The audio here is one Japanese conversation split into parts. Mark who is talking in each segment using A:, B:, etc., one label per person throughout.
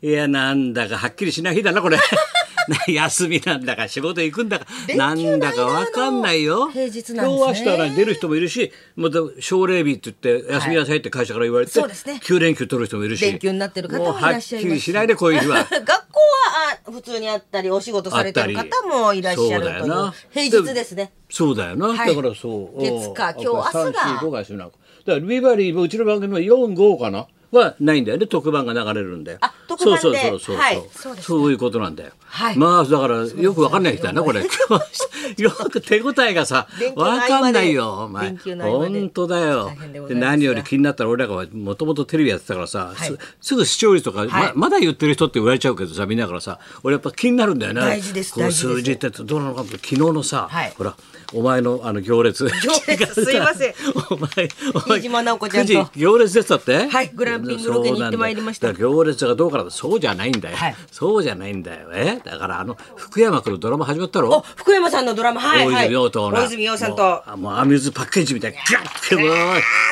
A: いや、なんだかはっきりしない日だな、こ れ。休みなんだか仕事行くんだか
B: 連休
A: な
B: の間
A: んだかわかんないよ
B: の平日
A: 今
B: なんです
A: 日
B: ね
A: 明日は出る人もいるしまた奨励日って言って休みなさいって会社から言われて、
B: そうですね
A: 9連休取る人もいるし
B: 連休になってる方
A: もう
B: もい
A: は
B: ら
A: っ
B: っし
A: き
B: ゃいます
A: りしないでこういう日は
B: 学校はあ普通にあったりお仕事されてる
A: あったり
B: 方もいらっしゃる
A: そうだ
B: と
A: よ
B: い
A: な
B: う平日ですね
A: そうだよな、
B: はい
A: だからそう
B: 月火
A: うん
B: 今日明日が
A: 3 4 5が一緒なのかだからビバリーもうちの番組も45かなはないんだよね特番が流れるんだよ
B: あ特番で
A: そうそうそうそう、
B: はい
A: そ
B: そううですね
A: いうことなんだよ、
B: はい
A: まあだからよくわかんない人だなこれよく手応えがさ
B: 勉強の合
A: わ
B: 間で
A: かんないよお前
B: 勉強の合間で
A: 本当だよ
B: 大変でご
A: で
B: ざいますが
A: 何より気になったら俺らがもともとテレビやってたからさ、
B: はい
A: すすぐ視聴率とか、
B: は
A: ま
B: い
A: まだ言ってる人って言われちゃうけどさみんなからさ俺やっぱ気になるんだよね
B: 大事です
A: この
B: 大事です
A: 数字ってどうなのかも昨日のさ、
B: はい
A: ほらお前のあの行列
B: 行列すいません
A: お前お前
B: 飯島直子ちゃんと
A: 9時行列でしたって
B: はいグランピングロケに行ってまいりました
A: そうなんだよだから行列がどうからそうじゃないんだよ、
B: はい
A: そうじゃないんだよえだからあの福山君のドラマ始まった
B: お
A: ろ
B: 福山さんのドラマはい
A: 大
B: はい
A: 泉洋とな
B: 大泉洋さんと
A: もうもうアミューズパッケージみたいにギャッて もう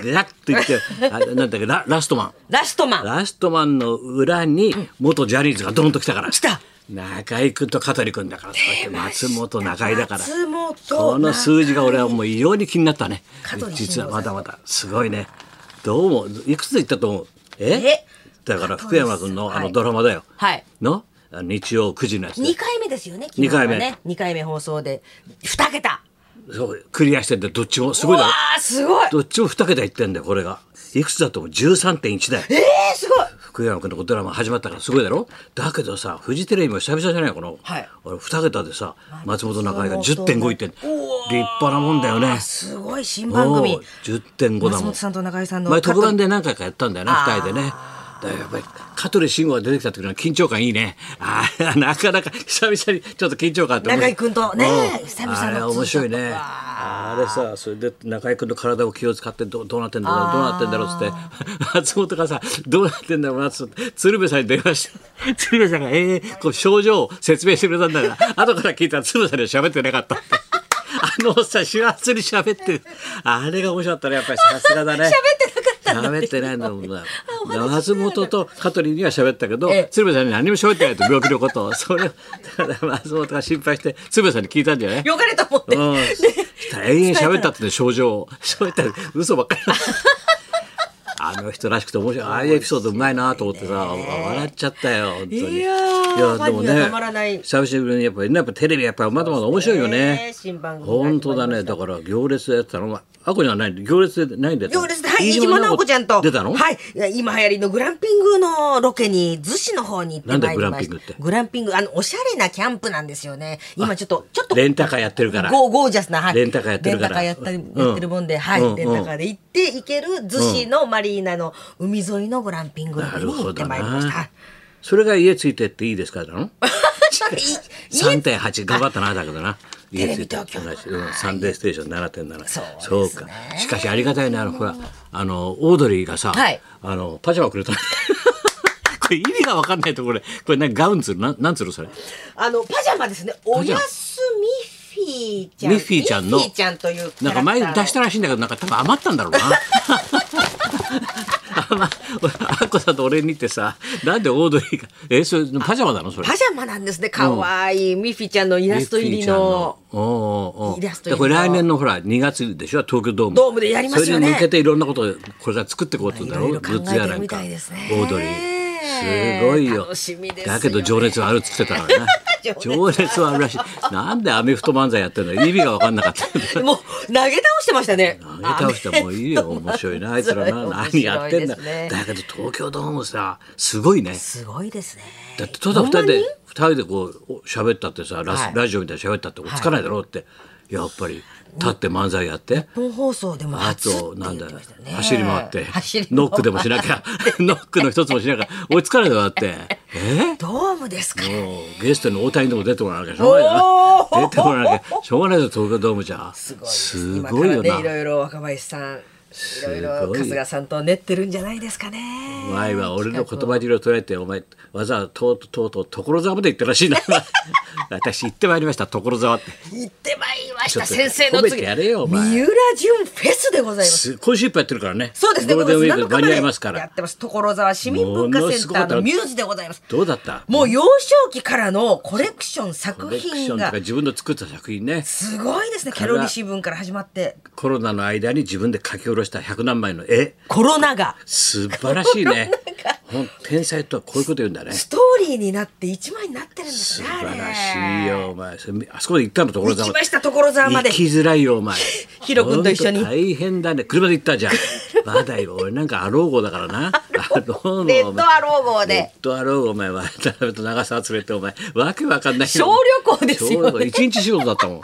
A: ギャッていってあなんだっけララストマン
B: ラストマン
A: ラストマンの裏に元ジャニーズがドンと来たから。
B: 来た
A: 中居君と香取君だから、そうやって松本中居だから。
B: 松本
A: この数字が俺はもう異様に気になったね
B: 香。取
A: 実は
B: 慎吾
A: ま
B: さん
A: だまだすごいね。どうもいくつで言ったと思う。え
B: え？
A: だから
B: 香取
A: 福山君のあ
B: さんは
A: の
B: い
A: ドラマだよ。
B: はい
A: のあの日曜9時のやつで
B: 二回目ですよね
A: 二回目
B: 昨日はね二回目放送で二桁
A: そうクリアしてんだよどっちもすごいうだ
B: わ
A: ろ。
B: ーすごい
A: どっちも二桁いってんだよこれが。いくつだと思う13.1だよ。
B: えーすごい
A: 福山君のドラマ始まったからすごいだろだけどさフジテレビも久々じゃないこの、
B: はい
A: 俺2桁でさ松本中居が
B: 松本
A: 10.5いってん立派なもんだよね
B: すごい新番
A: お
B: 組
A: う10.5だ
B: 松
A: もん
B: 本さんと中居さんの
A: 前特番で何回かやったんだよね
B: あ
A: 2
B: ー
A: 人でねだからやっぱり香取慎吾が出てきた時の緊張感いいねあー なかなか久々にちょっと緊張感あって
B: 中居君とね
A: うん
B: 久々の
A: あれは面白いね
B: ツーショット
A: あれさそれで中居君の体を気を使ってどうどうなってんだろうどうなってんだろうっつって松本がさどうなってんだろうなっつって鶴瓶さんに電話して鶴瓶さんがええこう症状を説明してくれたんだから 後から聞いたら鶴瓶さんには喋ってなかったって。あのおっさん幸せに喋ってるあれが面白かったねやっぱりさすがだね
B: 喋ってなかったんだ
A: 喋ってないんだもんな松本と香取には喋ったけど
B: ええ
A: 鶴瓶さんに何も喋ってないと病気のことをそれをだから松本が心配して鶴瓶さんに聞いたんじゃない
B: よかれと思って
A: うん、したら延々喋ったってね症状 を喋ったら嘘ばっかりだあの人らしくて面白いああいうエピソードうまいなと思ってさ笑っちゃったよ本当に
B: いやーファンにはたまらない
A: 久しぶりにやっぱりねやっぱテレビやっぱまだまだ面白いよね
B: ね新番組が
A: 本当だねだから行列でやってたのまあこにはない行列でないんだよ
B: 行列で、はい、飯島直子ちゃんと。
A: 出たの、
B: はい。いや今流行りのグランピングのロケに、逗子の方に行ってまいりまし
A: なんだグ
B: た。
A: ランピングって
B: グランピング、あの、おしゃれなキャンプなんですよね。今ちょっと、ちょっと。
A: レンタカーやってる から
B: ゴーゴージャスな、はい。
A: レンタカーやってるから
B: レンタカーやったり
A: うん
B: やってるもんで、は
A: うん
B: い。レンタカーで行って行ける、逗子のマリーナの海沿いのグランピングロ
A: な
B: ケ
A: る
B: に行
A: ほ
B: って
A: ど
B: まいりました。は
A: ないそれが家ついてっていいですかなの
B: なんかいい家
A: 3.8頑張ったなだけどな。
B: テレビ東京
A: 家ついて同じうんサンデーステーション7.7
B: そうですね
A: そうかしかしありがたいねあのほらあのオードリーがさ、
B: はい
A: あのパジャマくれた これ意味が分かんないとこれこれ何ガウンつるなんなんつるそれ
B: あの、パジャマですね。お
A: ジャマ
B: やすみフィーちゃん。
A: ミッフィーちゃんの
B: ミッフィーちゃんというキャ
A: なんか
B: ラクターの。
A: 前に出したらしいんだけどなんか多分余ったんだろうな あまあっこさんと俺にってさなんでオードリーがえそれパジャマなのそれ
B: パジャマなんですね。かわいい。ミッフィーちゃんのイラスト入りの。
A: おうおうおう
B: イラスト
A: で
B: 入りの
A: これ来年のほら2月でしょ東京ドーム
B: ドームでやりますよ
A: そ
B: ね
A: れに向けていろんなことをこれから作っていこうって言うんだろ
B: いろいろ考
A: グ
B: え
A: ッズや
B: て
A: な
B: る
A: ん
B: み
A: か
B: たいですね
A: オードリーすごいよ
B: 楽しみですよ
A: だけど情熱はあるっつってたからね情
B: 情
A: 熱はあるらしいなんでアメフト漫才やってんの意味が分かんなかった
B: もう投げ倒してましたね。
A: 投げ倒してもういいよ面白いなあいつ らな何やってんだ、
B: 面白いですね
A: だけど東京ドームさすごいね
B: すごいですね。
A: だってただ二人で二人でこうお喋ったってさラ,、
B: はい
A: ラジオみたいに喋ったって落ち着かないだろうって、やっぱり立って漫才やって。
B: 本放送でも
A: あ
B: 初って
A: とな
B: 言っ
A: ん
B: て
A: だ
B: ましたよね。
A: 走り回って
B: 走り回
A: ノックでもしな きゃノックの一つもしなきゃ追いつかないだろだってえ
B: ドームですか。
A: もうゲストの大谷でも出てもらわなきゃしょうがないな
B: おー
A: 出てもらわなきゃしょうがないぞ東京ドームじゃす
B: すごいです。今
A: ごいよ
B: からねい
A: な
B: ろいろ若林さん。いろいろ春日さんと練ってるんじゃないですかね
A: 前は俺の言葉尻を取られてお前わざわざとうとうとうと所沢まで行ったら しいな私行ってまいりました所沢って
B: 行ってまいりまし
A: ちょ
B: た
A: っと
B: 先生の
A: 褒め
B: 次
A: て
B: 三
A: や
B: 浦
A: れよお前
B: 淳フェスでございます
A: す今週いっぱいやってるからね
B: そうですね
A: ゴールデンウィーク
B: 5
A: 間
B: 月7日まで
A: に合いますか
B: やっ
A: ら
B: てます所沢市民文化センターのミューズでございます
A: どうだった
B: もう幼少期からのコレクション
A: コ
B: 作
A: レクショ
B: 品
A: ンと
B: が
A: か自分の作った作品ね
B: すごいですねケロリ新聞から始まって
A: コロナの間に自分で書き下ろした100何枚の絵
B: コロナが
A: 素晴ら しいね
B: コロナが
A: ほん天才とはこういうこと言うんだね
B: ストーリーになって一枚になってるんです
A: 素
B: ね
A: 晴ら
B: あ
A: しい
B: れ
A: よお前それあそこまで行ったの所沢
B: 行きました所沢まで
A: 行きづらいよお前
B: ヒロ君と一緒に
A: ほん大変だね車で行 ったじゃんまだよ俺なんかアロー号だからなアローのお前
B: レッドアロー号で
A: レッドアロー号お前渡辺と長澤連れてお前わけわかんないよ
B: 小旅行ですよね
A: 小旅行一日仕事だったもん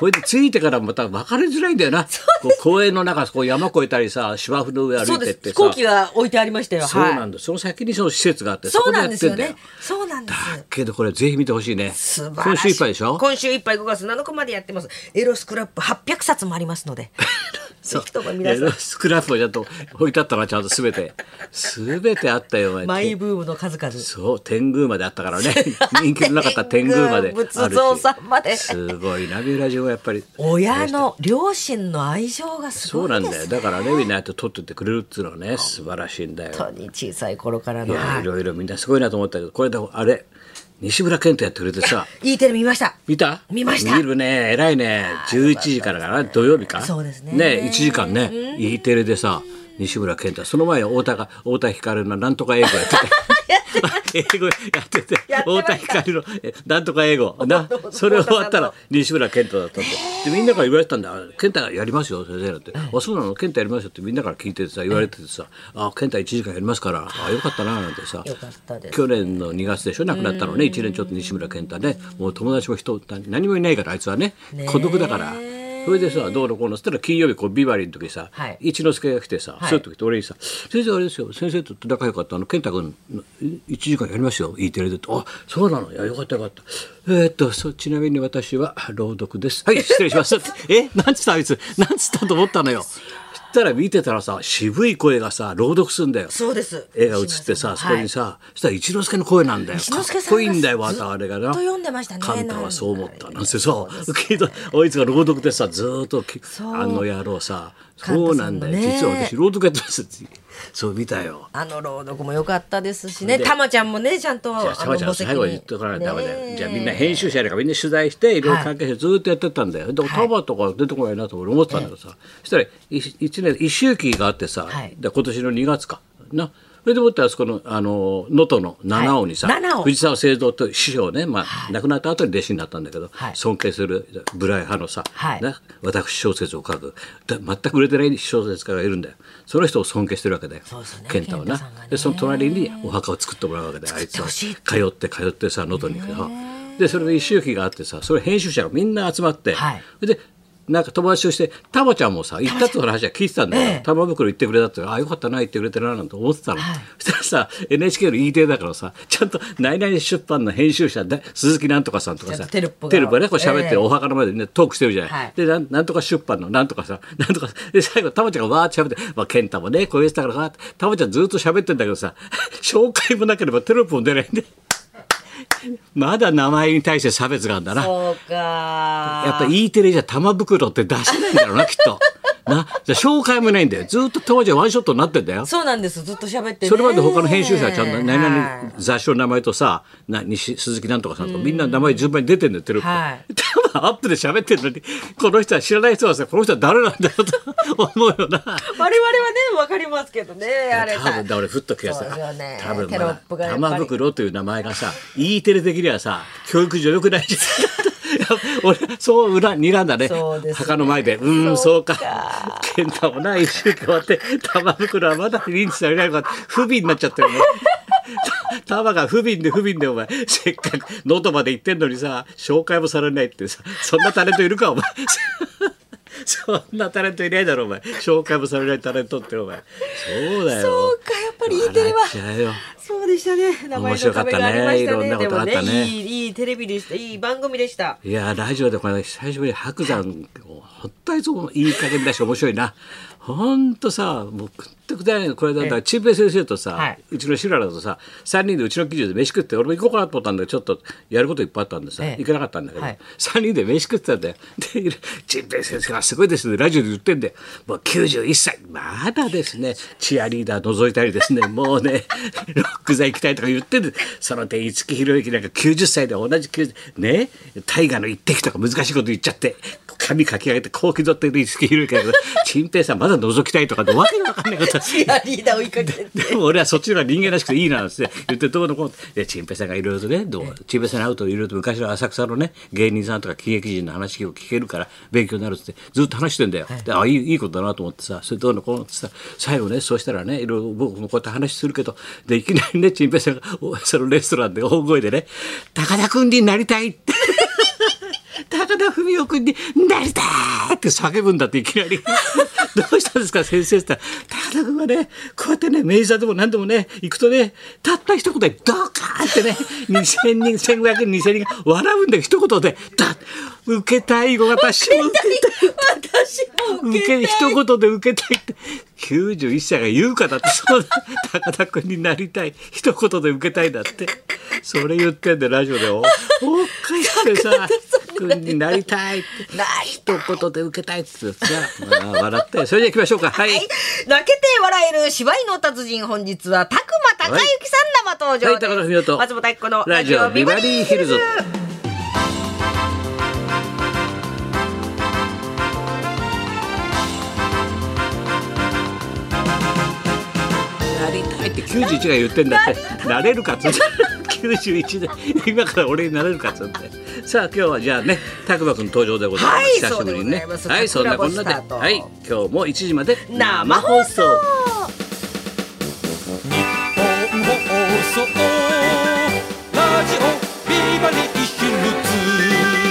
A: ほいで着いてからまた別れづらいんだよなこう公園の中こう山越えたりさ芝生の上歩
B: そ
A: いうて
B: で
A: っ
B: す
A: てさ
B: 飛行機が置いてありましたよ
A: そうな
B: はい
A: んだ、その先にその施設があって
B: そうなんで
A: そ
B: す
A: こ
B: よ
A: でやってん
B: ね
A: だよ
B: そうなんです
A: けどこれぜひ見てほしいね
B: 素晴
A: 今
B: らしい
A: 週いっぱいでしょ
B: 今週いっぱい5月7日までやってますエロスクラップ800冊もありま すのでぜひとも皆
A: エ
B: さ
A: ロ
B: ん
A: スクラップをちゃんと置いてあったなちゃんとすべてすべてあったよお前
B: マイブームの数々
A: そう天狗まであったからね 人気のなかった天狗まであるし
B: 仏像さんまです
A: ごいな三浦淳はやっぱり
B: 親の両親の愛情がす
A: そ
B: ご
A: うないん
B: で
A: だよ
B: す
A: だからねみんなやって撮ってってくれるっていうのはね素晴らしいんだよ
B: 本当に小さい頃から
A: い
B: の
A: や
B: はい
A: ろいろみんなすごいなと思ったけどこれだあれ西村健とやってくれてさ
B: いいテレビ見ました
A: 見た
B: 見ました
A: 見るね偉いね11時からかな土曜日か
B: そうですね
A: 1時間ね E テレでさ西村健太その前は太田が太田光のなんとか英語や ってて英語やってて
B: やってま
A: 太
B: し
A: 田
B: た
A: 光のえなんとか英語なそれ終わったら西村健太だったんででみんなから言われてたんだあ「健太やりますよ先生」だって「あそうなの健太やりますよ」ってみんなから聞いててさ言われててさ「あ健太1時間やりますからあよかったな」なんてさ
B: よかったです
A: 去年の2月でしょ亡くなったのね1年ちょっと西村健太ねもう友達も人何もいないからあいつはね
B: ねえ
A: 孤独だからそれでさどうのこうのっつったら金曜日こうビバリーの時さ、
B: はい
A: 一之輔が来てさ、
B: はい
A: そういう時って俺にさ「先生あれですよ先生と仲良かったあの健太君1時間やりますよ E テレで」って「あそうなのいやよかったよかった」えー、っとそちなみに私は朗読ですはい失礼しま した」って「えなんつったあいつなんつったと思ったのよ」そしたら見てたらさ渋い声がさ朗読するんだよ。
B: そうです
A: 絵が映ってさ、そこにさ、そしたら一之輔の声なんだよ。
B: 一
A: か
B: 之
A: っ
B: 輔さんが
A: こいいんだよ、またあれがな。
B: ずっと読んでましたね
A: カンタはそう思った。
B: なんか
A: なんてさ、けど、あいつが朗読でさ、ずーっとき、
B: そう
A: あの野郎さ、
B: カン
A: そう
B: タ
A: な
B: さ
A: ん
B: ん
A: だ
B: の
A: よ。
B: ね
A: 実は私、朗読やってますって。そう、見たよ。
B: あの朗読も良かったですしね
A: で
B: たまちゃんもねちゃんと
A: じゃあ、
B: あ
A: さ
B: の
A: まちゃん、
B: 墓石に
A: 最後に言っとかないとダメだ
B: ね
A: よ。
B: え
A: じゃあ、みんな編集者やるから、みんな取材して、いろいろ関係者ずーっとやってったんだよ。でも、
B: はい
A: タバとか出てこないなと俺思ってたんだけどさ、そしたら、い一年、一周期があってさ
B: はい、
A: で今年の2月か。な。それでもってあそこのあの能登の七尾にさ、
B: はい七尾
A: 藤沢聖堂という師匠ね、まあ亡くなった後に弟子になったんだけど、
B: はい
A: 尊敬するブライ派のさ、
B: はい
A: な私小説を書くだ全く売れてない小説家がいるんだよその人を尊敬してるわけだよ
B: そうですよね
A: 健太はな
B: 健太さんがね
A: でその隣にお墓を作ってもらうわけだよあいつ
B: って
A: は
B: ほしい
A: 通って通ってさ能登に行くさでそれで一周期があってさそれ編集者がみんな集まって、
B: はい
A: でなんか友達としてタマちゃんもさ行ったって話は聞いてたんだよ、
B: ええ
A: 玉袋行ってくれたってあよかったな行ってくれてななんて思ってたの、そしたらさ NHK の E テレだからさちゃんと「何々出版」の編集者で鈴木なんとかさんとか
B: ちゃ
A: さ
B: んとテロップが
A: テロップがねこう喋っ
B: え
A: て
B: え
A: お墓の前でねトークしてるじゃない、
B: はい
A: でなんなんとか出版のなんとかさ なんとかで最後たまちゃんがわーって喋って、まあ、健太もねこういう人だからわーってたまちゃんずっと喋ってんだけどさ 紹介もなければテロップも出ないんでまだ名前に対して差別があるんだな
B: そうか
A: やっぱ E テレじゃ玉袋って出せないんだろうなきっとなじゃあ紹介もないんだよずっと玉ちゃんワンショットになってんだよ
B: そうなんですずっと喋ってね
A: それまで他の編集者はちゃんと何
B: はい
A: 々雑誌の名前とさ、な西鈴木なんとかさんとかみんな名前順番に出てんだよテレビで
B: はい
A: 多分アップで喋ってるのにこの人は知らない人はさこの人は誰なんだろうと 思うよな。
B: 我々はねわかりますけどねあれ
A: 多分だ俺ふっと気がし
B: そうです
A: た、
B: よね
A: 多分
B: テロップがやっぱり
A: 玉袋という名前がさ E テレ的にはさ教育上良くないじゃんいや 俺そう裏睨んだね
B: そうですね
A: 墓の前でうーんそうか
B: そうか
A: 健太もな一週間終わって玉袋はまだ認知されないのか不備になっちゃってるね 玉が不憫で不憫でお前せっかく能登まで行ってんのにさ紹介もされないってさそんなタレントいるかお前 そんなタレントいないだろお前紹介もされないタレントってお前そうだよ
B: そうかやっぱり E テレは
A: 笑っちゃうよ
B: そうでしたね名前の壁がありま
A: 面
B: し
A: 白
B: た
A: かったねいろん
B: ね
A: なこ
B: で
A: とあ
B: も
A: ったね
B: ねいいいいテレビでしたいい番組でした
A: いやラジオでこれ最初に白山をほったいそういい加減だし面白いなほんとさもうくってくだらないのこれだったらチンペイ先生とさ、
B: はいう
A: ちのシュララとさ3人でうちの記事で飯食って俺も行こうかなと思ったんだけどちょっとやることいっぱいあったんでさ、
B: ええ
A: 行けなかったんだけど、
B: はい
A: 3人で飯食ってたんだよでチンペイ先生がすごいですねラジオで言ってんでもう91歳まだですねチアリーダー覗いたりですねもうね ロック座行きたいとか言ってんでその点五木ひろゆきなんか90歳で同じ90ね大河の一滴とか難しいこと言っちゃって髪かき上げてこう気取ってる五木ひろゆきだけどチンペイさんまだ覗きたいとかってわけのわかんないこと
B: チアリーダー追いかけて
A: でも俺はそっちの方が人間らしくていいなんつって言ってどうのこうのでチンペイさんがいろいろとねどうチンペイさんに会うといろいろと昔の浅草のね芸人さんとか喜劇人の話を聞けるから勉強になるっつってずっと話してんだよ。であいいいいことだなと思ってさそれどうのこうのっつってさ最後ねそうしたらねいろいろ僕もこうやって話するけどでいきなりねチンペイさんがおそのレストランで大声でね「高田君になりたい」って。高田文夫君に「なりたい!」って叫ぶんだっていき なり「どうしたんですか先生」って言ったら高田君はねこうやってね明治座でも何でもね行くとねたった一言でドカーンってね2,000人1,500人2,000人が笑うんだよ一言で「だ受けたい私も受けたい」
B: 私も
A: 受
B: 受
A: け
B: けたい
A: 一言で受けたいって91歳が言うかだってそうだ高田君になりたい一言で受けたいだってそれ言ってんでラジオでおおっかいってさ君になりたいって
B: なり
A: 一言で受けたいって言ってさ、まあ、笑ってそれじゃ行きましょうかはい、
B: はい泣けて笑える芝居の達人本日はたくま高之さん生登
A: はい高
B: 場
A: 田文夫
B: です、
A: と
B: 松本明子の
A: ラ
B: ラ
A: ジ
B: ジ
A: オ
B: オ
A: ビ
B: ビ
A: バ
B: バ
A: リ
B: リ
A: ーヒ
B: ーヒ
A: ル
B: ル
A: ズ
B: ズ
A: なりたいって91が言ってんだってなれるかっつって91で今から俺になれるかっつってさあ今日はじゃあね拓磨君登場でございます、
B: はい
A: 久しぶりにね
B: そうでございます
A: はいそんなこんなで
B: 桜ボスターと
A: はい今日も1時まで
B: 生放
C: 日
B: 送
C: 本放送ラジオビバリーヒルズ」